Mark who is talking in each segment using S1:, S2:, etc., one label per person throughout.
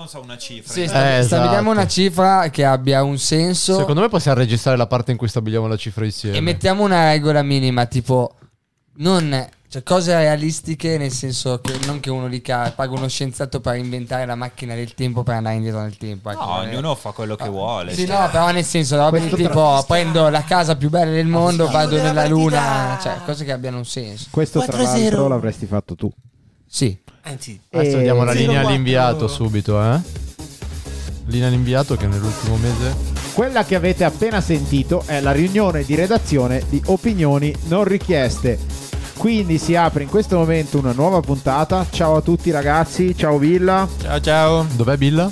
S1: Non so una cifra.
S2: Sì,
S1: Esatto.
S2: sta-
S3: Eh,
S2: stabiliamo
S3: esatto.
S2: una cifra che abbia un senso
S3: Secondo me possiamo registrare la parte in cui stabiliamo la cifra insieme.
S2: e mettiamo una regola minima, tipo non cioè cose realistiche nel senso che non che uno lì ca- paga uno scienziato per inventare la macchina del tempo per andare indietro nel tempo. ecco.
S1: No, ognuno fa quello che vuole.
S2: Sì,
S1: cioè.
S2: no, però nel senso, roba di
S4: Questo
S2: tipo
S4: tra-
S2: prendo la casa più bella del mondo,
S4: sì.
S2: vado
S5: Chiude la
S2: nella luna,
S5: partita.
S2: cioè cose che abbiano un senso.
S4: Questo tra
S5: 4-0.
S4: l'altro l'avresti fatto tu.
S2: Sì.
S5: Anzi,
S3: Adesso
S4: Eh,
S3: diamo la
S5: zero
S3: linea
S5: quattro.
S3: all'inviato subito, eh. Linea all'inviato che nell'ultimo mese.
S4: Quella che avete appena sentito è la riunione di redazione di opinioni non richieste. Quindi si apre in questo momento una nuova puntata. Ciao a tutti ragazzi, ciao Villa.
S3: Ciao ciao. Dov'è Billa?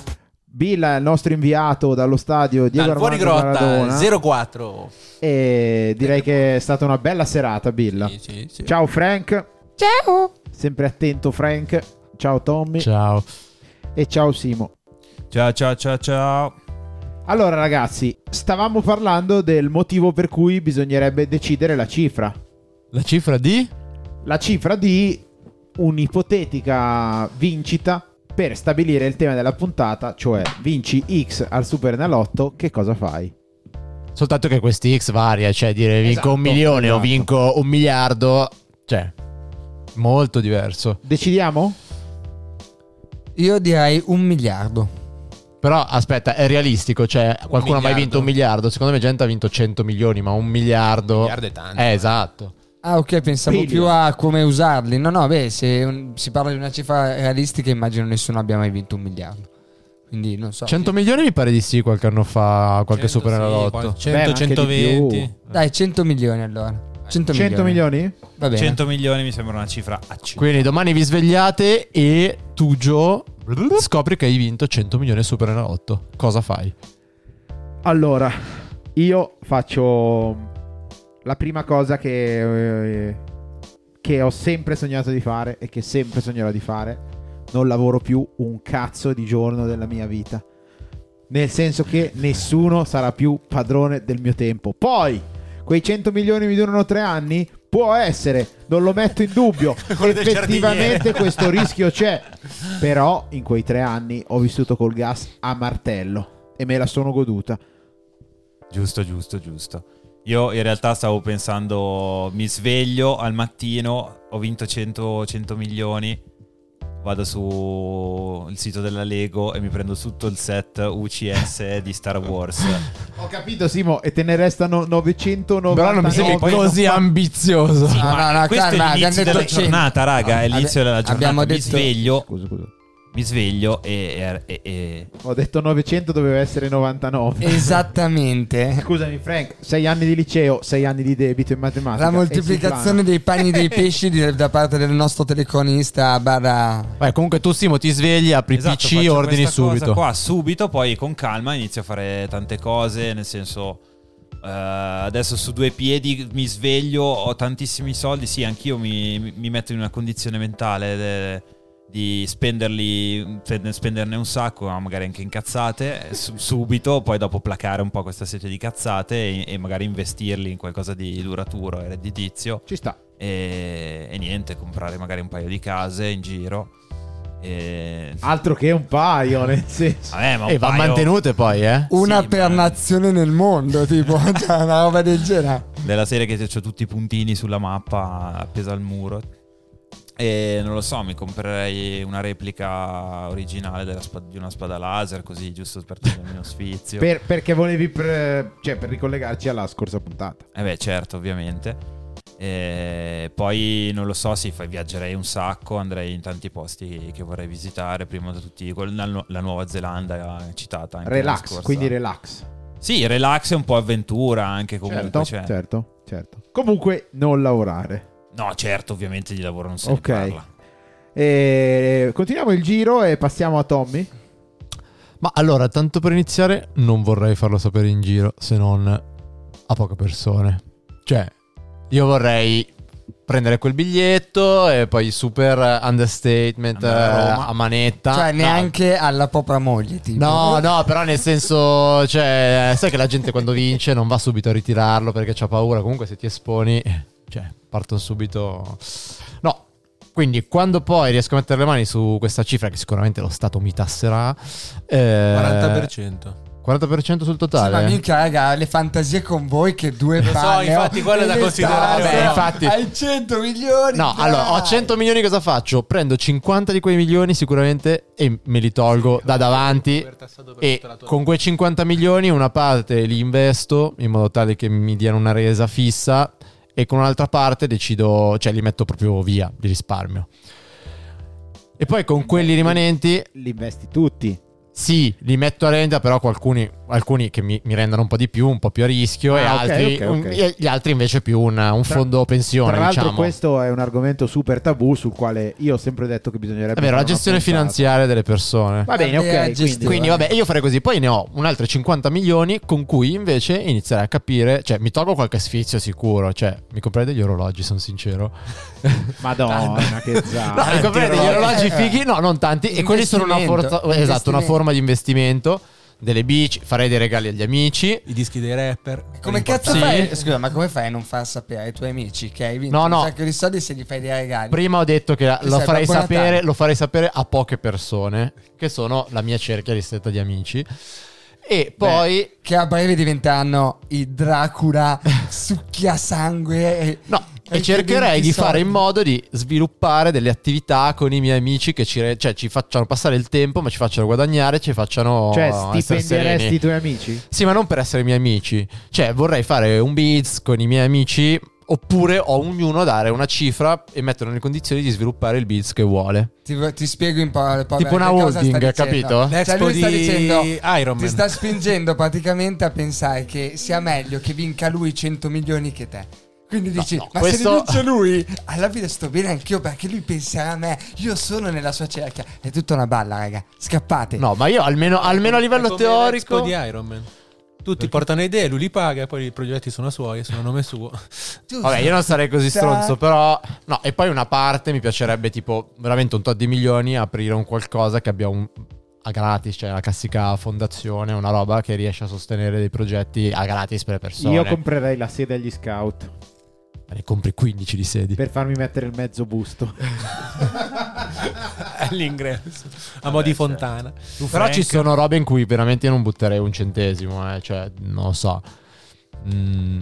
S4: Villa è il nostro inviato dallo stadio Diego
S5: Al fuori
S4: Armando
S5: grotta
S4: Maradona.
S5: 04.
S4: E direi che è stata una bella serata Villa.
S5: Sì, sì, sì.
S4: Ciao Frank,
S2: Ciao.
S4: sempre attento Frank. Ciao Tommy
S3: Ciao.
S4: e ciao Simo.
S1: Ciao, ciao, ciao, ciao.
S4: Allora ragazzi, stavamo parlando del motivo per cui bisognerebbe decidere la cifra.
S3: La cifra di?
S4: la cifra di un'ipotetica vincita per stabilire il tema della puntata, cioè vinci X al Supernalotto, che cosa fai?
S3: Soltanto che questi X varia, cioè dire vinco
S4: Esatto,
S3: un milione o
S4: esatto.
S3: vinco un miliardo, cioè molto diverso.
S4: Decidiamo?
S2: Io direi un miliardo.
S3: Però aspetta, è realistico, cioè qualcuno ha mai
S5: miliardo.
S3: vinto un miliardo? Secondo me gente ha vinto 100 milioni, ma un
S4: Oh.
S3: miliardo...
S5: Miliardo è tanto.
S3: Eh, esatto.
S2: Ah, ok, pensavo
S4: Billion.
S2: più a come usarli. No, no, beh, se un- si parla di una cifra realistica, immagino nessuno abbia mai vinto un miliardo. Quindi non so.
S3: 100 milioni mi pare di sì qualche anno fa,
S1: 100,
S3: qualche
S1: sì,
S3: superenalotto.
S1: qual-
S4: Beh, ma
S1: 100,
S4: anche di
S1: 120.
S2: Dai, 100 milioni allora. 100,
S4: 100 milioni?
S2: Va bene.
S1: 100 milioni mi sembra una cifra accettabile.
S3: Quindi domani vi svegliate e Tugio scopri che hai vinto 100 milioni Super Enalotto. Cosa fai?
S4: Allora, io faccio la prima cosa che, eh, che ho sempre sognato di fare e che sempre sognerò di fare. Non lavoro più un cazzo di giorno della mia vita. Nel senso che nessuno sarà più padrone del mio tempo. Poi, quei 100 milioni mi durano tre anni? Può essere, non lo metto in dubbio.
S1: Quello del
S4: Effettivamente
S1: giardiniere.
S4: questo rischio c'è. Però in quei tre anni ho vissuto col gas a martello e me la sono goduta.
S1: Giusto, giusto, giusto. Io in realtà stavo pensando, mi sveglio al mattino, ho vinto 100, 100 milioni, vado sul sito della Lego e mi prendo tutto il set UCS di Star Wars.
S4: Ho capito Simo e te ne restano 999
S3: Però non mi sembri
S1: poi-
S3: così ambizioso.
S1: Sì,
S2: No,
S1: ma
S2: Ah, no, no,
S1: questo
S2: calma,
S1: è
S2: abbiamo
S1: l'inizio
S2: detto
S1: della
S2: 100.
S1: giornata, raga, è
S2: Abbi-
S1: l'inizio della giornata.
S2: abbiamo
S1: mi
S2: detto-
S1: sveglio,
S4: Scusa, scusa.
S1: mi sveglio e... e- e-
S4: Ho detto 900 doveva essere 99.
S2: Eh, Esattamente.
S4: Scusami Frank, 6 anni di liceo, 6 anni di debito in matematica.
S2: La
S4: e
S2: moltiplicazione
S4: si
S2: dei panni dei pesci di- da parte del nostro teleconista barra...
S3: Beh, comunque tu Simo ti svegli, apri
S1: Esatto,
S3: PC
S1: faccio
S3: ordini
S1: questa cosa
S3: subito.
S1: Qua subito, poi con calma inizio a fare tante cose, nel senso eh, adesso su due piedi mi sveglio, ho tantissimi soldi, sì, anch'io mi, mi metto in una condizione mentale de- di spenderli, spend- spenderne un sacco, ma magari anche in cazzate, su- subito, poi dopo placare un po' questa serie di cazzate e, e magari investirli in qualcosa di duraturo e redditizio
S4: Ci sta.
S1: e, e niente, comprare magari un paio di case in giro. E
S4: Altro che un paio, nel senso.
S1: Vabbè, ma
S3: E
S1: un
S3: va
S1: paio-
S3: mantenute poi, eh.
S2: Una
S1: Sì,
S2: per
S1: ma-
S2: nazione nel mondo, tipo, cioè, una roba del genere.
S1: Della serie che c'ho tutti i puntini sulla mappa appesa al muro. E non lo so, mi comprerei una replica originale della spa- di una spada laser, così giusto per togliermi uno sfizio.
S4: Per- perché volevi pre- cioè, per ricollegarci alla scorsa puntata.
S1: Eh beh, certo, ovviamente. E poi non lo so, sì, fai- viaggerei un sacco, andrei in tanti posti che vorrei visitare, prima di tutti quel- la, nu- la Nuova Zelanda eh, citata. Anche l'anno
S4: Relax,
S1: scorso.
S4: quindi relax.
S1: Sì, relax e un po' avventura anche comunque.
S4: certo,
S1: cioè.
S4: certo, certo. Comunque non lavorare.
S1: No, certo, ovviamente di lavoro non si ne
S4: Ok.
S1: parla.
S4: E continuiamo il giro e passiamo a Tommy.
S3: Ma allora, tanto per iniziare, non vorrei farlo sapere in giro se non a poche persone. Cioè, io vorrei prendere quel biglietto e poi super understatement eh,
S1: Andare a Roma.
S3: a manetta.
S2: Cioè,
S3: No,
S2: neanche alla propria moglie, tipo.
S3: No, no, però nel senso, cioè, sai che la gente quando vince non va subito a ritirarlo perché c'ha paura. Comunque, se ti esponi, eh, cioè, partono subito. No, Quindi quando poi riesco a mettere le mani su questa cifra, che sicuramente lo Stato mi tasserà, eh,
S5: 40%.
S3: 40% sul
S2: Sì, ma
S3: totale.
S2: minchia, raga, le fantasie con voi che due
S5: Lo so,
S2: palle
S5: infatti,
S2: ho,
S5: quello è
S2: e
S5: da
S2: le
S5: considerare.
S2: tasse,
S3: Beh,
S2: no?
S3: infatti.
S2: Hai 100 milioni.
S3: No,
S2: dai.
S3: allora ho 100 milioni, cosa faccio? Prendo 50 di quei milioni sicuramente e me li tolgo da davanti. E con quei 50 milioni una parte li investo in modo tale che mi diano una resa fissa e con un'altra parte decido, cioè li metto proprio via, li risparmio. E poi con quelli rimanenti,
S4: Li investi tutti.
S3: sì, li metto a rendita, però alcuni, alcuni che mi, mi rendano un po' di più, un po' più a rischio,
S4: Ah,
S3: e
S4: ok,
S3: altri,
S4: ok, ok.
S3: un- e gli altri invece più un, un
S4: Tra-
S3: fondo pensione.
S4: Tra l'altro,
S3: diciamo.
S4: questo è un argomento super tabù sul quale io ho sempre detto che bisognerebbe.
S3: È vero, la
S4: fare
S3: gestione
S4: una puntata.
S3: finanziaria delle persone.
S4: Va bene,
S2: Vabbè, eh,
S4: ok.
S2: gestione.
S4: Quindi,
S3: Quindi vabbè, io farei così, poi ne ho un altro 50 milioni con cui invece inizierei a capire, cioè mi tolgo qualche sfizio sicuro, cioè mi comprerei degli orologi, sono sincero.
S4: Madonna,
S2: Ah,
S4: che
S3: No, ecco.
S4: zara.
S3: mi comprerei degli orologi fighi, no, non tanti, e quelli sono una,
S2: Investimento.
S3: forza- esatto, una
S2: Investimento.
S3: forma di investimento, delle bici, farei dei regali agli amici.
S5: I dischi dei rapper.
S2: Come cazzo
S3: Sì.
S2: fai? Scusa, ma come fai a non far sapere ai tuoi amici che hai vinto
S3: No, no.
S2: un sacco di soldi se gli fai dei regali?
S3: Prima ho detto che lo
S2: sai,
S3: farei,
S2: Babbo
S3: sapere,
S2: Natale.
S3: lo farei sapere a poche persone, che sono la mia cerchia ristretta di amici. E poi...
S2: che a breve diventeranno i Dracula succhiasangue. E,
S3: No, e
S2: che
S3: cercherei
S2: diventi
S3: di fare in
S2: soldi.
S3: modo di sviluppare delle attività con i miei amici che ci, re- cioè, ci facciano passare il tempo, ma ci facciano guadagnare, ci facciano
S4: Cioè,
S3: essere
S4: stipenderesti
S3: sereni.
S4: i tuoi amici?
S3: Sì, ma non per essere miei amici. Cioè, vorrei fare un biz con i miei amici, oppure ho ognuno dare una cifra e metterlo nelle condizioni di sviluppare il biz che vuole.
S2: Ti, ti spiego in parole povere
S3: Tipo una
S2: che cosa sta
S3: holding,
S2: dicendo.
S3: capito?
S2: Cioè,
S5: L'espo
S2: lui sta
S5: di
S2: dicendo
S5: Iron
S2: Ti
S5: Man.
S2: sta spingendo praticamente a pensare che sia meglio che vinca lui 100 milioni che te. Quindi dici,
S3: no,
S2: ma se
S3: questo-
S2: ne vince lui, alla fine sto bene anch'io perché lui penserà a me, io sono nella sua cerchia. È tutta una balla, raga. Scappate.
S3: No, ma io almeno, almeno a livello
S2: Ecco,
S5: È come
S3: teorico...
S5: l'espo di Iron Man. Tutti portano idee, lui li paga, poi i progetti sono suoi, sono a nome suo.
S2: Giusto.
S3: Vabbè, io non sarei così
S2: Sa-
S3: stronzo, però. No, e poi una parte mi piacerebbe, tipo, veramente un tot di milioni, aprire un qualcosa che abbia un. a gratis, cioè la classica fondazione, una roba che riesce a sostenere dei progetti a gratis per le persone. Eh,
S4: Io comprerei la sede agli scout
S3: ne compri 15 di sedi.
S4: per farmi mettere il mezzo busto.
S5: All'ingresso. A
S3: certo.
S5: mo' di fontana.
S1: Tu,
S3: Però
S1: Frank,
S3: ci sono robe in cui veramente io non butterei un centesimo, eh, cioè, non lo so. Mm.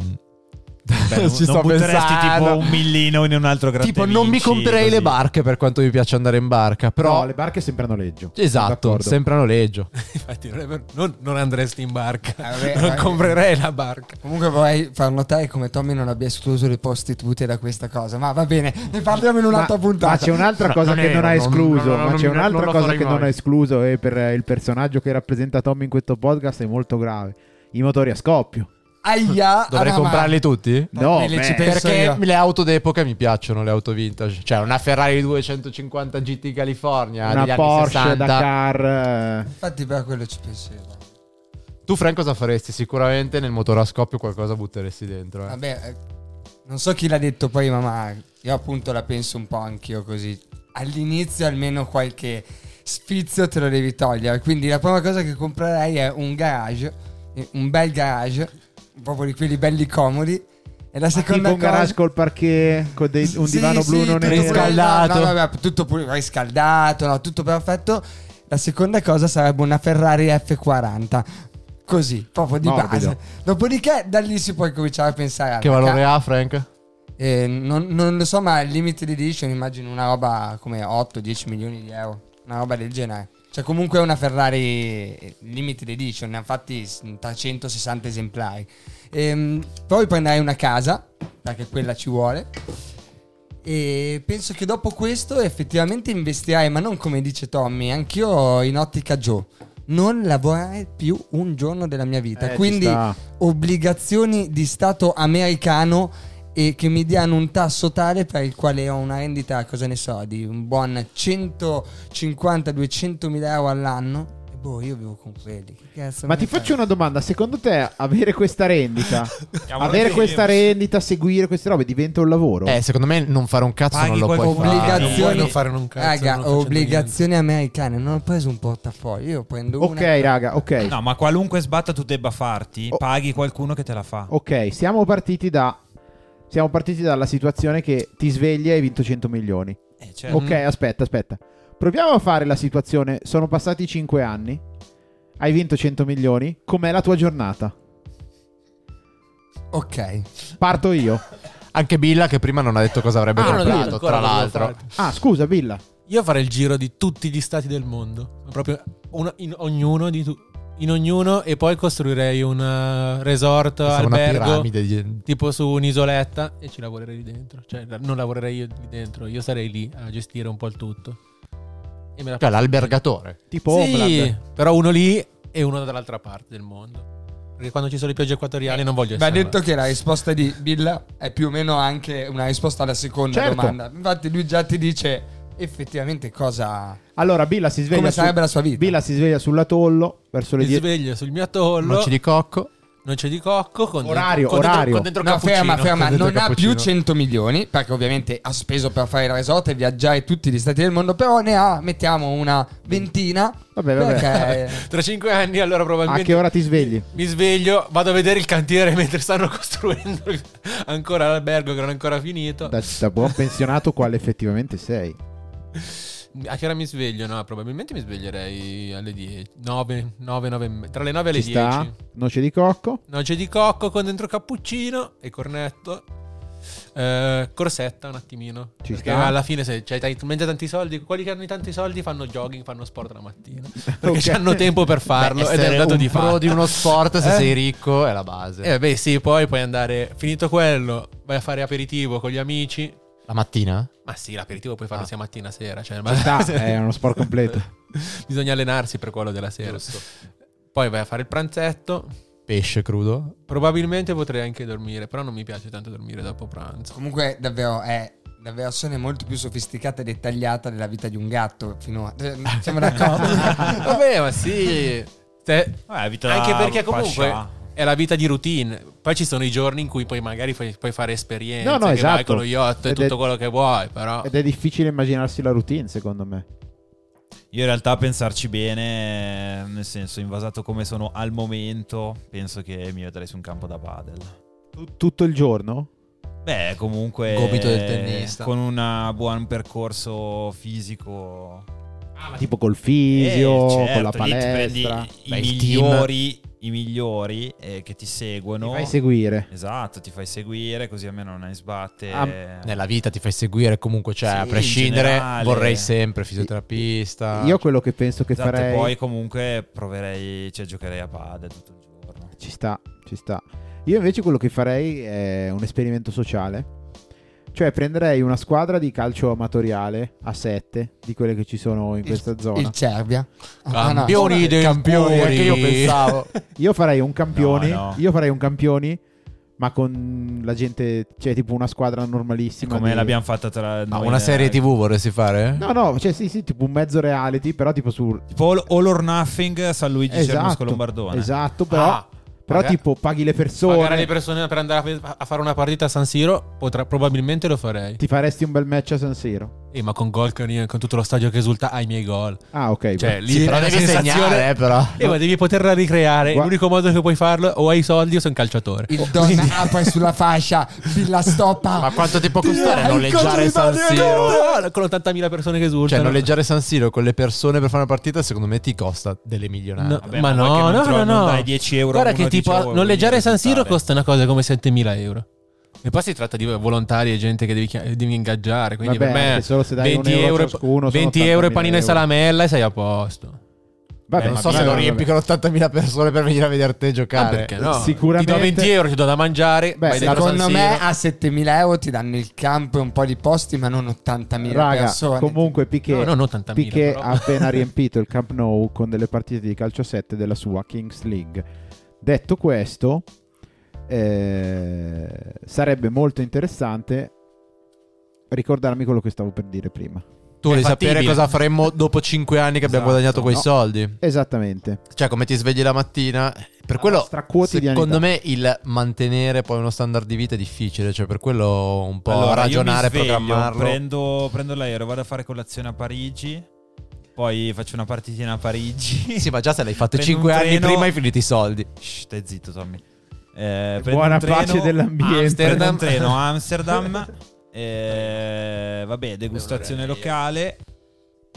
S1: beh, non- non butteresti tipo un millino in un altro gratta e
S3: Tipo, non mi
S1: vinci,
S3: comprerei le
S1: così.
S3: barche per quanto mi piace andare in barca, però.
S4: No, le barche sempre a noleggio.
S3: Esatto,
S4: D'accordo.
S3: sempre a noleggio.
S5: Infatti, non, è vero- non- non andresti in barca.
S2: Ah, vabbè,
S5: non
S2: vabbè.
S5: comprerei la barca.
S2: Comunque vorrei far notare come Tommy non abbia escluso le prostitute da questa cosa, ma va bene, ne parliamo in
S4: Ma-
S2: un'altra puntata.
S4: Ma c'è un'altra
S3: No,
S4: cosa
S3: non
S4: che
S3: è
S4: non ha
S3: vero, non-
S4: escluso.
S3: non- non-
S4: ma c'è
S3: non-
S4: un'altra
S3: non lo
S4: cosa
S3: farei
S4: che non
S3: mai.
S4: ha escluso. E per eh, il personaggio che rappresenta Tommy in questo podcast è molto grave. I motori a scoppio.
S2: Aia,
S3: Dovrei
S5: Ah,
S2: alla
S3: comprarli tutti?
S4: No,
S2: Tommy, le
S4: beh,
S2: ci pensi? Penso
S3: Perché
S2: io.
S3: le auto d'epoca mi piacciono, le auto vintage. Cioè, una Ferrari 250 GT California Ah, degli
S4: una
S3: anni
S4: Porsche
S3: 60.
S4: Dakar. eh,
S2: Infatti per quello ci pensavo.
S3: Tu, Frank, cosa faresti? Sicuramente nel motore a scoppio qualcosa butteresti dentro. eh.
S2: Vabbè, eh, non so chi l'ha detto prima, ma io appunto la penso un po' anch'io così. All'inizio almeno qualche sfizio te lo devi togliere, quindi la prima cosa che comprerei è un garage, eh, un bel garage, proprio di quelli belli comodi. E la
S4: Tipo
S2: seconda
S4: un
S2: cosa...
S4: garage col parquet, con dei- un
S2: Sì,
S4: divano
S2: sì,
S4: blu non
S2: tutto
S4: nero.
S2: pulito,
S3: Riscaldato.
S2: No, vabbè, tutto pulito, riscaldato, no, tutto perfetto. La seconda cosa sarebbe una Ferrari F40. Così, proprio di
S4: Morbido.
S2: base. Dopodiché, da lì si può cominciare a pensare.
S3: Che
S2: alla ca-
S3: valore ha, Frank?
S2: eh, non, non lo so, ma il limited edition immagino una roba come 8-10 milioni di euro, una roba del genere. Cioè, comunque è una Ferrari eh, limited edition, ne hanno fatti s- 360 esemplari. Ehm, poi prenderai una casa, perché quella ci vuole. E penso che dopo questo effettivamente investirai, ma non come dice Tommy, anch'io in ottica Joe. Non lavorare più un giorno della mia vita.
S4: Eh, ci
S2: Quindi
S4: sta.
S2: obbligazioni di Stato americano e che mi diano un tasso tale per il quale ho una rendita, cosa ne so, di un buon 150-200 mila euro all'anno. E boh, io vivo con quelli. Che cazzo
S4: Ma
S2: me
S4: ti
S2: ne frega?
S4: faccio una domanda, secondo te avere questa rendita, avere questa rendita, seguire queste robe diventa un lavoro?
S3: Eh, secondo me non fare un cazzo
S5: Paghi
S3: non lo puoi
S5: qualcosa.
S3: fare.
S5: Obbligazione. Ah, Non puoi non fare un cazzo, non
S2: Raga,
S5: facendo
S3: Ah,
S2: obbligazioni americane. Non ho preso un portafoglio, io prendo
S4: ok,
S2: una.
S4: raga, ok.
S1: No, ma qualunque sbatta tu debba farti,
S4: Oh.
S1: paghi qualcuno che te la fa.
S4: Ok, siamo partiti da siamo partiti dalla situazione che ti svegli e hai vinto 100 milioni.
S1: Eh, certo.
S4: Ok, aspetta, aspetta. Proviamo a fare la situazione. Sono passati 5 anni. Hai vinto 100 milioni. Com'è la tua giornata?
S2: Ok.
S4: Parto io.
S3: Anche Billa che prima non ha detto cosa avrebbe
S5: Ah, non ho detto
S3: comprato,
S5: ancora
S3: tra
S5: cosa ho
S3: l'altro.
S5: fatto.
S4: Ah, scusa, Villa.
S5: Io farei il giro di tutti gli stati del mondo, ma proprio una- in ognuno di tu- in ognuno e poi costruirei un eh, resort
S3: Pensavo una
S5: albergo
S3: piramide di-
S5: tipo su un'isoletta e ci lavorerei lì dentro, cioè la- non lavorerei io lì dentro, io sarei lì a gestire un po' il tutto. E me la
S3: Cioè l'albergatore.
S4: Tipo
S5: Sì,
S4: Homeland.
S5: però uno lì e uno dall'altra parte del mondo. Perché quando ci sono le piogge equatoriali non voglio
S2: Va
S5: essere.
S2: detto
S5: là.
S2: che la risposta di Bill è più o meno anche una risposta alla seconda
S4: Certo.
S2: domanda. Infatti lui già ti dice effettivamente cosa...
S4: Allora, Billa si sveglia.
S2: come
S4: su-
S2: sarebbe la sua vita.
S4: Billa si sveglia sull'atollo verso le
S5: Mi
S4: 10.
S5: sveglio sul mio atollo,
S3: Noci di cocco.
S5: non c'è di cocco, con
S4: Orario,
S5: con dentro-
S4: orario.
S5: con dentro
S2: No,
S5: cappuccino.
S2: ferma, ferma,
S3: Cappuccino.
S2: non ha più
S3: Cappuccino.
S2: 100 milioni, perché ovviamente ha speso per fare il resort e viaggiare tutti gli stati del mondo, però ne ha, mettiamo una ventina.
S4: Vabbè, vabbè.
S2: Perché
S5: Tra cinque anni allora
S4: A
S5: probabilmente...
S4: che ora ti svegli?
S5: Mi sveglio, vado a vedere il cantiere mentre stanno costruendo il- ancora l'albergo che non è ancora finito.
S4: Da, da buon pensionato quale effettivamente sei.
S5: A Ah, che ora mi sveglio? No, probabilmente mi sveglierei alle 10. 9, 9, 9, tra le 9 e le
S4: Ci
S5: 10.
S4: sta? Noce di cocco?
S5: Noce di cocco con dentro cappuccino e cornetto. Eh, corsetta un attimino.
S4: Ci
S5: perché
S4: sta.
S5: alla fine se c'hai talmente tanti soldi, quelli che hanno tanti soldi fanno jogging, fanno sport la mattina. Perché
S4: Ok.
S5: hanno tempo per farlo
S3: Beh,
S5: ed è
S3: essere
S5: un dato
S3: un
S5: di
S3: pro
S5: fatto.
S3: di uno sport se
S5: Eh?
S3: sei ricco è la base.
S5: Eh beh sì, poi puoi andare, finito quello, vai a fare aperitivo con gli amici.
S3: La mattina?
S5: Ma sì, l'aperitivo puoi farlo
S3: Ah.
S5: sia mattina sera. Cioè,
S4: Ci sta, è uno sport completo.
S5: Bisogna allenarsi per quello della sera. Poi vai a fare il pranzetto.
S3: Pesce crudo.
S5: Probabilmente potrei anche dormire, però non mi piace tanto dormire dopo pranzo.
S2: comunque davvero è la versione molto più sofisticata e dettagliata della vita di un gatto fino a... eh, Siamo d'accordo?
S5: Vabbè, ma sì. Cioè,
S1: Eh, vita
S5: anche
S1: da
S5: perché comunque
S1: pascià.
S5: è la vita di routine. Poi ci sono i giorni in cui poi magari fai- puoi fare esperienze.
S4: No, no,
S5: che
S4: esatto.
S5: vai con lo yacht e
S4: Ed è-
S5: tutto quello che vuoi, però.
S4: Ed è difficile immaginarsi la routine, secondo me.
S1: Io in realtà a pensarci bene, eh, nel senso, invasato come sono al momento, penso che mi vedrei su un campo da padel.
S4: Tu- Tutto il giorno?
S1: Beh, comunque
S2: Gomito del tennista.
S1: con un buon percorso fisico.
S4: Tipo col fisio,
S1: Eh, certo,
S4: con la
S1: lì ti prendi
S4: palestra.
S1: i,
S3: Beh, il team.
S1: migliori, i migliori eh, che ti seguono.
S4: Mi fai seguire.
S1: Esatto, ti fai seguire così almeno non hai sbatte.
S4: Ah,
S3: Eh. Nella vita ti fai seguire comunque, cioè
S1: Sì,
S3: a
S1: in
S3: prescindere
S1: generale.
S3: vorrei sempre fisioterapista.
S4: Io quello che penso che
S1: Esatto, e
S4: farei...
S1: poi comunque proverei, cioè giocherei a padel tutto il giorno.
S4: Ci sta, ci sta. Io invece quello che farei è un esperimento sociale. Cioè prenderei una squadra di calcio amatoriale a 7, di quelle che ci sono in questa
S2: Il
S4: zona.
S2: Cervia. Ah, no.
S5: Campioni dei
S3: campioni,
S5: puri.
S3: anche io pensavo.
S4: Io farei un campione,
S1: No, no.
S4: io farei un campioni, ma con la gente, cioè tipo una squadra normalissima.
S1: Come
S4: di-
S1: l'abbiamo fatta tra
S3: Ma
S1: noi,
S3: una
S1: eh,
S3: serie TV vorresti fare?
S4: No, no, cioè sì, sì, tipo un mezzo reality, però tipo su...
S1: Tipo All, All or Nothing San Luigi Cernusco
S4: Esatto,
S1: Lombardone.
S4: esatto, però,
S5: Ah,
S4: però
S5: magari-
S4: tipo paghi le
S5: Pagare
S4: persone,
S5: le persone per andare a fa- a fare una partita a San Siro, potrà- probabilmente lo farei.
S4: ti faresti un bel match a San Siro.
S5: Eh, ma con gol con, con tutto lo stadio che esulta ai miei gol.
S4: Ah, ok.
S5: Cioè,
S3: Sì,
S5: lì è
S3: però
S5: la
S3: devi
S5: sensazione-
S3: segnare, eh, però.
S5: Eh, ma devi poterla ricreare.
S4: Gua-
S5: L'unico modo che puoi farlo o hai i soldi o sei un calciatore.
S2: Il donna apre sulla fascia, la stoppa.
S3: Ma quanto ti può costare
S2: Dai,
S3: noleggiare cioè,
S2: cosa
S3: San
S2: mi
S3: Siro?
S5: Ah, Con 80.000 persone che
S3: Cioè,
S5: esultano.
S3: noleggiare San Siro con le persone per fare una partita, secondo me ti costa delle milionate. Eh,
S5: No,
S1: Vabbè,
S5: ma
S1: ma poi che
S5: no,
S1: non
S5: no,
S1: tro-
S5: no,
S1: non
S5: no.
S1: dai 10 euro a
S5: Guarda
S1: uno,
S5: che tipo
S1: 10 euro,
S5: noleggiare
S1: quindi
S5: San Siro
S1: risultare.
S5: costa una cosa come 7.000 euro. E poi si tratta di volontari e gente che devi, chia- devi ingaggiare. Quindi
S4: Vabbè,
S5: per me
S4: anche solo se dai un
S5: 20
S4: euro
S5: euro,
S4: ciascuno, sono
S5: 20 euro
S4: 80.000
S5: e panino e
S4: euro.
S5: salamella e sei a posto.
S4: Vabbè,
S1: Eh,
S3: non
S1: ma
S3: so se
S1: vabbè,
S3: lo
S1: vabbè.
S3: riempi con 80.000 persone per venire a vedere te
S5: Ah,
S3: giocare.
S5: perché no?
S4: sicuramente-
S5: Ti do 20 euro, ti do da mangiare.
S4: Beh,
S5: vai dentro
S2: Secondo
S5: San
S2: me
S5: Siro.
S2: a 7.000 euro ti danno il campo e un po' di posti, ma non 80.000
S4: Raga,
S2: persone.
S4: comunque Piquet,
S5: No, non 80.000,
S4: Piquet
S5: però.
S4: ha appena riempito il Camp Nou con delle partite di calcio 7 della sua Kings League. Detto questo, eh, sarebbe molto interessante ricordarmi quello che stavo per dire prima.
S3: Tu vuoi
S5: È fattibile.
S3: sapere cosa faremmo dopo 5 anni che abbiamo
S1: Esatto,
S3: guadagnato quei
S4: no.
S3: soldi?
S4: Esattamente.
S3: Cioè, come ti svegli la mattina? Per quello,
S4: nostra quotidianità.
S3: secondo me, il mantenere poi uno standard di vita è difficile. Cioè, per quello un po'
S1: Allora, io
S3: ragionare,
S1: mi sveglio,
S3: programmarlo.
S1: Prendo, prendo l'aereo, vado a fare colazione a Parigi. Poi faccio una partitina a Parigi.
S3: Sì, ma già se l'hai fatto
S1: Prendo
S3: 5
S1: un
S3: anni
S1: treno-
S3: prima hai finito i soldi.
S1: Shh, stai zitto, Tommy. Eh, prendo
S4: Buona
S1: un treno,
S4: pace dell'ambiente.
S1: Prendo
S5: Amsterdam.
S1: un treno a Amsterdam. eh, vabbè, degustazione locale.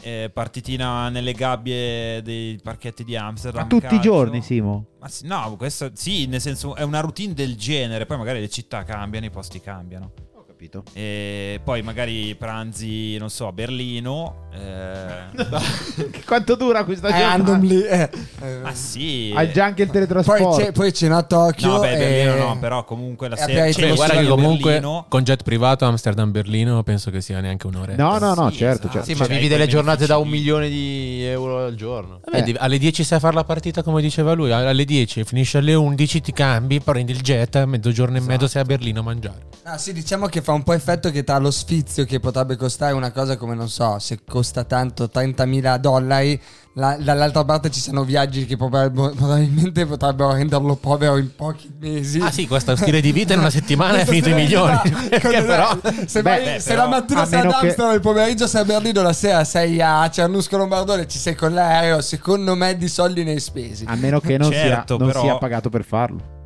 S1: eh, partitina nelle gabbie dei parchetti di Amsterdam.
S4: Ma tutti i
S1: calcio.
S4: giorni, Simo.
S1: Ma sì, no, questa sì, nel senso è una routine del genere. Poi magari le città cambiano, i posti cambiano.
S4: Ho capito.
S1: E poi magari pranzi, non so, a Berlino. eh,
S4: Quanto dura questa
S2: Eh,
S4: giornata?
S2: randomly, eh, eh.
S1: ma Ah, sì.
S4: Hai già anche il
S2: Poi,
S4: teletrasporto.
S2: c'è, poi c'è una a Tokyo.
S1: No, beh, Berlino
S2: e-
S1: no, però comunque la
S2: e
S1: sera
S2: abbiamo
S1: c'è
S5: Cioè,
S2: lo
S5: guarda
S2: so
S5: che
S2: di
S5: comunque
S1: Berlino.
S5: con jet privato Amsterdam-Berlino penso che sia neanche un'ora.
S4: No, no, no,
S1: Sì,
S4: certo.
S1: esatto.
S3: Sì,
S4: certo.
S3: ma
S1: Cioè,
S3: vivi
S1: hai
S3: delle
S1: quei
S3: giornate da un
S1: benefici lì.
S3: milione di euro al giorno.
S4: Vabbè,
S5: alle 10 sai fare la partita come diceva lui, alle 10 finisce alle 11 ti cambi, prendi il jet, a mezzogiorno e mezzo sei a Berlino a mangiare.
S2: Ah, sì, diciamo che fa un po' effetto che tra lo sfizio che potrebbe costare una cosa come non so, se costa tanto 30.000 dollari, la- dall'altra parte ci sono viaggi che probab- probabilmente potrebbero renderlo povero in pochi mesi.
S5: Ah sì, questo stile di vita in una settimana è
S2: Questo
S5: finito i
S2: stile di
S5: milioni.
S2: vita-
S5: Perché però
S2: se,
S4: Beh,
S2: vai-
S1: beh,
S2: se
S1: però-
S2: la mattina
S4: a
S2: sei ad
S4: meno che-
S2: Amsterdam, il pomeriggio sei a Berlino, la sera sei a Cernusco Lombardone, ci sei con l'aereo, secondo me di soldi ne hai spesi.
S4: A meno che non,
S1: Certo,
S4: sia, non
S1: però-
S4: sia pagato per farlo.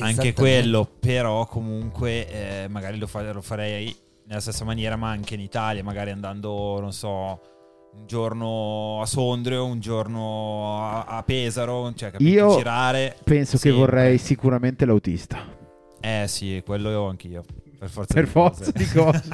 S1: anche
S2: Esattamente.
S1: quello, però comunque eh, magari lo, fa- lo farei nella stessa maniera, ma anche in Italia, magari andando, non so, un giorno a Sondrio, un giorno a, a Pesaro, cioè capito,
S4: Io
S1: girare.
S4: Penso
S1: Sì,
S4: che vorrei sicuramente l'autista.
S1: Eh sì, quello io anch'io, per forza
S4: Per
S1: di cose.
S4: forza di cose.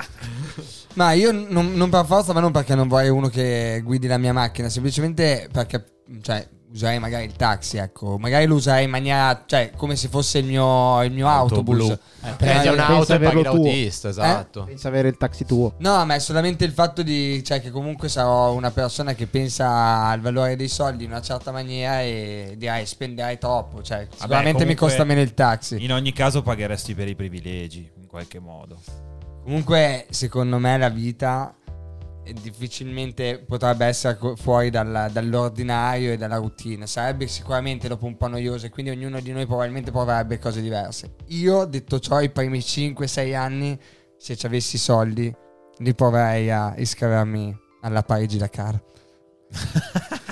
S2: Ma io non, non per forza, ma non perché non vorrei uno che guidi la mia macchina, semplicemente perché, cioè, userei magari il taxi, ecco, magari lo userei in maniera, cioè, come se fosse il mio, il mio
S5: Auto
S2: autobus.
S5: blu.
S2: Eh,
S3: Prendi
S4: pensa
S3: un'auto e paghi
S4: averlo tu.
S5: Eh?
S3: l'autista, esatto.
S4: Pensa avere il taxi tuo.
S2: No, ma è solamente il fatto di, cioè, che comunque sarò una persona che pensa al valore dei soldi in una certa maniera e direi spenderai troppo, cioè, sicuramente mi
S1: comunque-
S2: costa meno il taxi.
S1: In ogni caso pagheresti per i privilegi, in qualche modo.
S2: Comunque, secondo me, la vita è difficilmente potrebbe essere co- fuori dalla- dall'ordinario e dalla routine. Sarebbe sicuramente dopo un po' noiosa, e quindi ognuno di noi probabilmente proverebbe cose diverse. Io, detto ciò, i primi 5-6 anni, se ci avessi i soldi, li proverei a iscrivermi alla Parigi Dakar.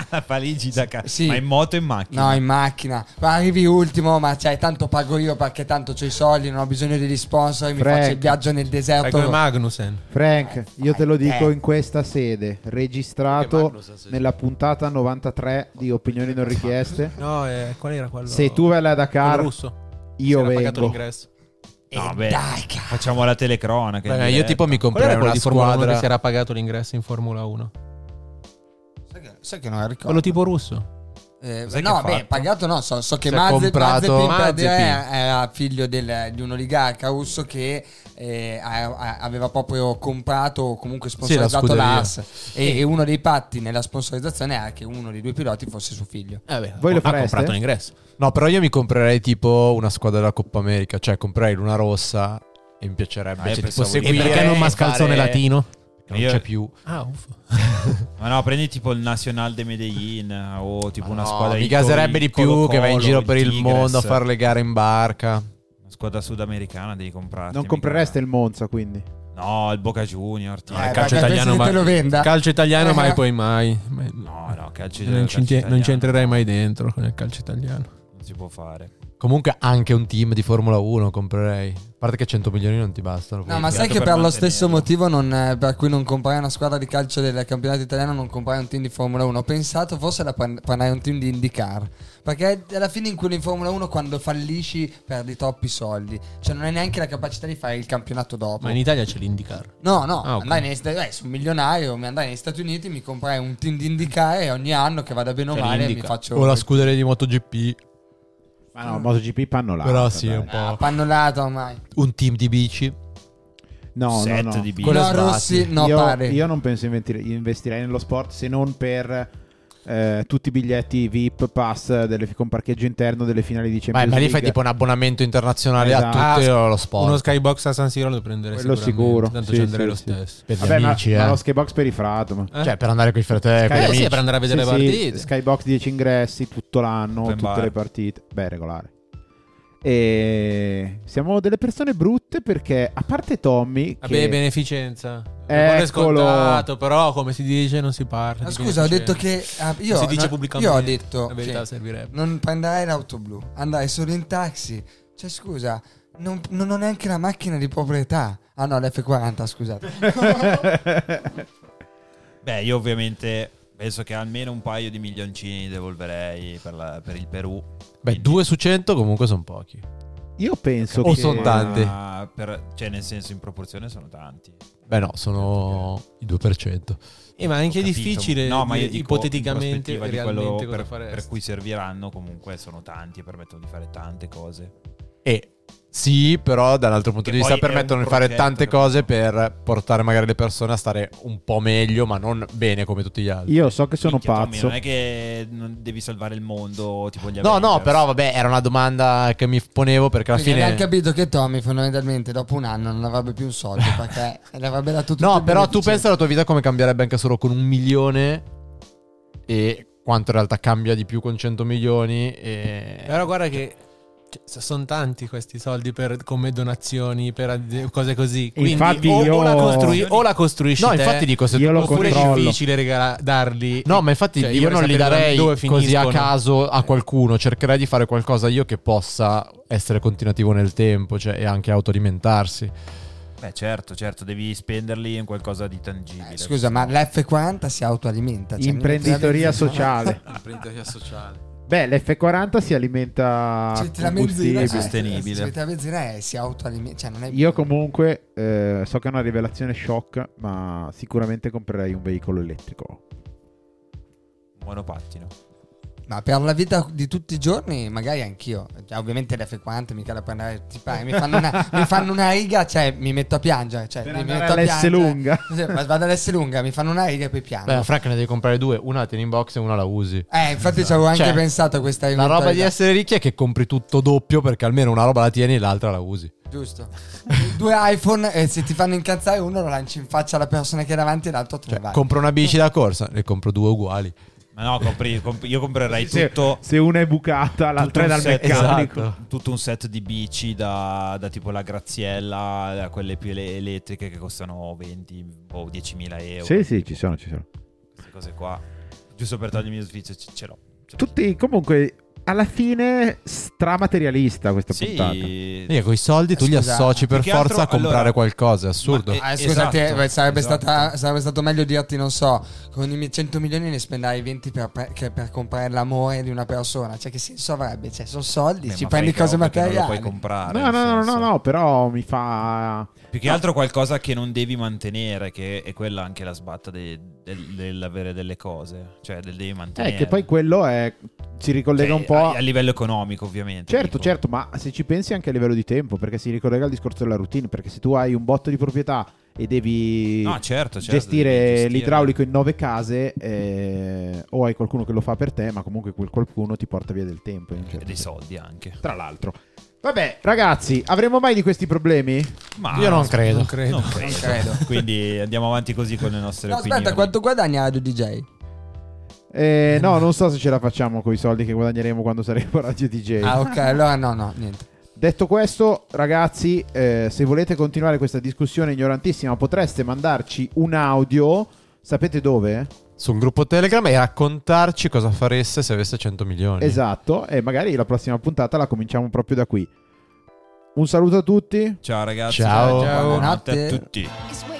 S1: La Parigi da casa,
S2: Sì.
S1: ma in moto e in macchina.
S2: No, in macchina. Ma arrivi ultimo, ma cioè, tanto pago io perché tanto ho i soldi, non ho bisogno degli sponsor, mi
S4: Frank.
S2: faccio il viaggio nel
S5: fai come
S2: deserto.
S5: Magnussen.
S4: Frank, io te lo
S2: Dai,
S4: dico
S2: eh.
S4: in questa sede,
S3: Perché
S4: registrato
S3: Magnus ha senso.
S4: nella puntata 93 di Opinioni non richieste.
S5: No, eh, qual era quello?
S4: Se tu vai alla Dakar,
S5: quello russo.
S4: io
S5: Si era pagato
S4: vengo.
S5: l'ingresso.
S1: No,
S2: E
S1: beh.
S2: dai, cazzo.
S1: Facciamo la telecronaca. in
S3: Beh, io
S1: diretta.
S3: tipo mi
S5: Qual era
S3: comprerei
S5: quello
S3: una
S5: di Formula 1 che
S3: squadra.
S5: si era pagato l'ingresso in Formula 1?
S2: Sai che, sai che non la ricordo.
S5: Quello tipo russo.
S2: Eh,
S1: Cos'è che
S2: no,
S1: ha
S2: beh,
S1: fatto?
S2: pagato no, so, so che
S3: Si è
S2: Maze-
S3: comprato-
S2: Mazepin, per dire,
S5: Mazepin.
S2: era figlio del- di un oligarca russo che eh, a- a- aveva proprio comprato o comunque sponsorizzato
S5: scuderia.
S2: l'AS e, e uno dei patti nella sponsorizzazione era che uno dei due piloti fosse suo figlio.
S5: Eh,
S4: Voi lo
S5: ha
S4: fareste?
S5: comprato l'ingresso.
S3: No, però io mi comprerei tipo una squadra della Coppa America, cioè comprerei l'una rossa e mi piacerebbe
S1: Ah, io
S3: cioè, tipo
S1: pensavo-
S3: seguire
S5: e perché non Mascalzone
S3: fare-
S5: latino?
S3: Non
S1: Io-
S3: c'è più.
S5: Ah, uff.
S1: Ma no, prendi tipo il Nacional de Medellin eh, o tipo
S3: Ma
S1: una
S3: no,
S1: squadra
S3: mi
S1: di
S3: caserebbe di più
S1: Colo-Colo,
S3: che vai in giro per il
S1: Tigres.
S3: mondo a fare le gare in barca.
S1: Una squadra sudamericana devi comprarti.
S4: Non
S1: mica-
S4: comprereste il Monza, quindi.
S1: No, il Boca Junior. ti-
S2: Eh,
S5: calcio
S2: perché
S5: italiano,
S2: pensi che
S5: ma-
S2: te lo venda?
S5: Calcio italiano
S2: Eh.
S5: mai poi mai. Ma-
S1: No, no, calcio
S5: non,
S1: calcio
S5: ci, non
S1: italiano.
S5: ci entrerei mai dentro con il calcio italiano.
S1: Non si può fare.
S3: Comunque anche un team di Formula 1 comprerei. A parte che 100 milioni non ti bastano.
S2: No, ma
S1: Certo,
S2: sai che
S1: per
S2: per lo
S1: mantenerlo.
S2: stesso motivo non, eh, per cui non comprai una squadra di calcio del campionato italiano, non comprai un team di Formula 1. Ho pensato forse da pan- prendere un team di IndyCar. Perché alla fine in quello in Formula 1 quando fallisci perdi troppi soldi. Cioè non hai neanche la capacità di fare il campionato dopo.
S5: Ma in Italia c'è l'IndyCar.
S2: No, no,
S5: Ah, ok.
S2: andai negli Stati- eh, sono un milionario, mi andai negli Stati Uniti, mi comprai un team di IndyCar e ogni anno che vada bene o
S5: Cioè,
S2: male mi
S5: l'IndyCar.
S2: faccio...
S3: O la scuderia di MotoGP,
S4: Ma no, MotoGP pannolato.
S3: Però sì,
S4: dai.
S3: un po'.
S2: Ah, pannolata ormai.
S3: un team di bici.
S4: No, no,
S1: Set
S4: no.
S1: di B.
S3: Quello-
S2: no,
S3: sbatti.
S2: Rossi, no,
S4: io,
S2: pare.
S4: io non penso inventire- investirei nello sport se non per eh, tutti i biglietti VIP, pass delle- con parcheggio interno delle finali di
S3: Beh,
S4: Champions
S3: ma lì fai
S4: League.
S3: tipo un abbonamento internazionale a
S4: Esatto.
S3: tutte
S5: Ah,
S3: o lo sport. Eh?
S5: Uno skybox a San Siro lo prenderei
S4: Quello
S5: sicuramente,
S4: sicuro.
S5: Tanto
S4: Sì,
S5: ci andrei
S4: sì,
S5: lo
S4: sì.
S5: stesso.
S3: per gli
S4: Vabbè,
S3: amici,
S4: ma,
S3: eh.
S4: ma lo skybox per i frat, ma-
S5: Eh?
S3: Cioè, per andare con i fratelli, con gli
S5: Eh,
S4: Sky-
S5: sì,
S3: amici.
S5: per andare a vedere
S4: Sì,
S5: le
S4: sì,
S5: partite.
S4: Skybox 10 ingressi tutto l'anno,
S1: Open
S4: tutte
S1: bar.
S4: le partite. Beh, regolare. E siamo delle persone brutte perché, a parte Tommy,
S5: Vabbè,
S4: che
S5: beneficenza. Quello è
S4: Eccolo.
S5: scontato, però come si dice non si parla.
S2: Ma
S5: di
S2: scusa, ho detto
S5: beneficenza.
S2: che... ah, io,
S5: Non si dice
S2: no,
S5: pubblicamente.
S2: io ho detto...
S5: La verità
S2: che-
S5: servirebbe.
S2: Non prenderai l'auto blu, andrai solo in taxi. Cioè, scusa, non, non ho neanche la macchina di proprietà. Ah no, l'F40, scusate.
S1: Beh, io ovviamente penso che almeno un paio di milioncini devolverei per, la- per il Perù.
S5: Eh,
S3: Beh, 2 su 100 comunque sono pochi.
S4: Io penso
S3: O
S4: che...
S3: son tanti.
S1: Ma per- cioè, nel senso, in proporzione sono tanti.
S3: Beh, no, sono il 2%.
S5: Eh, ma è anche
S1: Ho capito.
S5: difficile
S1: No, ma io
S5: dire
S1: dico, in
S5: ipoteticamente
S1: prospettiva di quello
S5: realmente
S1: per,
S5: cosa faresti.
S1: per cui serviranno comunque sono tanti e permettono di fare tante cose.
S3: E sì, però dall'altro punto
S1: Che
S3: di vista
S1: poi è
S3: permettono
S1: un
S3: di fare
S1: progetto,
S3: tante
S1: però.
S3: cose per portare magari le persone a stare un po' meglio, ma non bene come tutti gli altri.
S4: Io so che sono
S1: Minchia, Tommy,
S4: pazzo.
S1: non è che non devi salvare il mondo tipo gli
S3: No, no,
S1: Avengers.
S3: però vabbè, era una domanda che mi ponevo perché alla
S2: Quindi abbiamo
S3: fine...
S2: capito che Tommy fondamentalmente dopo un anno non avrebbe più un soldo perché le avrebbe dato tutto.
S3: No,
S2: il
S3: però tu
S2: beneficio.
S3: pensa alla tua vita come cambierebbe anche solo con un milione e quanto in realtà cambia di più con 100 milioni. E...
S5: Però guarda che sono tanti questi soldi per, come donazioni, per ad- cose così. Quindi
S4: Infatti
S5: o, o la
S4: io-
S5: costrui- o la costruisci
S3: No,
S5: te,
S3: infatti dico se
S4: Io
S3: tu
S4: lo
S5: oppure è
S4: controllo.
S5: difficile regala- darli.
S3: No, ma infatti
S5: Cioè, io
S3: io
S5: vorrei
S3: non li
S5: sapere
S3: darei
S5: dove
S3: così a
S5: finiscono.
S3: caso a qualcuno. Cercherei di fare qualcosa io che possa essere continuativo nel tempo cioè, e anche autoalimentarsi.
S1: Beh, certo, certo, devi spenderli in qualcosa di tangibile.
S2: Eh, scusa, ma l'F40 si autoalimenta. cioè,
S4: Imprenditoria
S2: non te la devi fare.
S4: sociale.
S5: Imprenditoria sociale.
S4: Beh, l'F40 si alimenta
S2: Cioè, te la benzina
S4: combustibile.
S1: sì. sostenibile.
S2: Cioè, te la benzina è- si autoalimenta. Cioè, non è
S4: Io comunque eh, so che è una rivelazione shock, ma sicuramente comprerei un veicolo elettrico.
S1: Monopattino.
S2: Ma per la vita di tutti i giorni, magari anch'io. Cioè, ovviamente l'F40 mica la puoi andare. Ti pare, mi, fanno una, mi fanno una riga, cioè mi metto a piangere. Cioè,
S4: Per
S2: mi
S4: andare
S2: metto a
S4: all'S
S2: piangere.
S4: lunga.
S2: Sì, ma Vado all'S lunga, mi fanno una riga e poi piango.
S3: Beh, Frank ne devi comprare due, una la tieni in box e una la usi.
S2: eh, infatti ci avevo anche
S3: Cioè,
S2: pensato a questa
S3: La roba di
S2: eventualità.
S3: essere ricchi è che compri tutto doppio perché almeno una roba la tieni e l'altra la usi.
S2: Giusto. Due iPhone e se ti fanno incazzare uno lo lanci in faccia alla persona che è davanti e l'altro tu
S3: Cioè,
S2: vai.
S3: compro una bici da corsa, ne compro due uguali.
S1: Ma no, compri- comp- io comprerei
S4: Se-
S1: tutto,
S4: se, una è bucata, l'altra
S1: tutto
S4: è dal
S1: un set-
S4: meccanico.
S3: esatto.
S1: tutto un set di bici da, da tipo la Graziella a quelle più ele- elettriche che costano 20 o 10.000 euro.
S4: Sì, sì, ci sono, ci sono.
S1: Queste cose qua. Giusto per togliermi lo sfizio, ce, ce l'ho. Ce l'ho.
S4: Tutti comunque alla fine stramaterialista questa
S1: Sì.
S4: puntata.
S3: E con i soldi tu li
S2: Eh, Scusa,
S3: associ per
S1: più che
S3: forza
S1: altro,
S3: a comprare
S1: allora-
S3: qualcosa, è assurdo.
S1: Ma- eh,
S2: Eh, scusate,
S1: Esatto,
S2: beh, sarebbe,
S1: esatto.
S2: stata- sarebbe stato meglio dirti, non so, con i miei 100 milioni ne spenderai 20 per, per- che- per comprare l'amore di una persona. Cioè, che senso avrebbe? Cioè, sono soldi,
S1: Beh,
S2: ci
S1: ma
S2: prendi
S1: fai cavolo
S2: cose
S1: perché non lo puoi
S2: materiali.
S1: comprare.
S4: No,
S1: ah, nel
S4: no, no, no,
S1: senso.
S4: no, però mi fa...
S1: Più che altro qualcosa che non devi mantenere, che è quella anche la sbatta de- del- dell'avere delle cose. Cioè, del devi mantenere.
S4: Eh, che poi quello è... ci ricollega
S1: Cioè,
S4: un po'...
S1: a, a livello economico, ovviamente.
S4: Certo,
S1: dico.
S4: certo, ma se ci pensi anche a livello di tempo, perché si ricollega al discorso della routine, perché se tu hai un botto di proprietà e devi
S1: No, certo, certo, devi
S4: gestire
S1: gestirlo.
S4: l'idraulico in nove case, eh, o hai qualcuno che lo fa per te, ma comunque quel qualcuno ti porta via del tempo. in un
S1: E
S4: certo
S1: dei
S4: senso.
S1: soldi anche.
S4: Tra l'altro. Vabbè, ragazzi, avremo mai di questi problemi?
S1: Ma
S3: Io non credo.
S5: Non credo.
S1: Non credo.
S2: Non credo.
S1: Quindi andiamo avanti così con le nostre
S2: No,
S1: opinioni.
S2: aspetta, quanto guadagna Radio DJ?
S4: Eh, no, non so se ce la facciamo con i soldi che guadagneremo quando saremo Radio DJ.
S2: Ah, ok, allora no, no, niente.
S4: Detto questo, ragazzi, eh, se volete continuare questa discussione ignorantissima, potreste mandarci un audio. Sapete dove?
S3: Sul gruppo Telegram e raccontarci cosa fareste se avesse 100 milioni.
S4: Esatto, e magari la prossima puntata la cominciamo proprio da qui. Un saluto a tutti.
S1: Ciao ragazzi.
S3: Ciao.
S2: Ciao.
S1: Buonanotte a
S2: Buonanotte.
S1: tutti.
S6: It's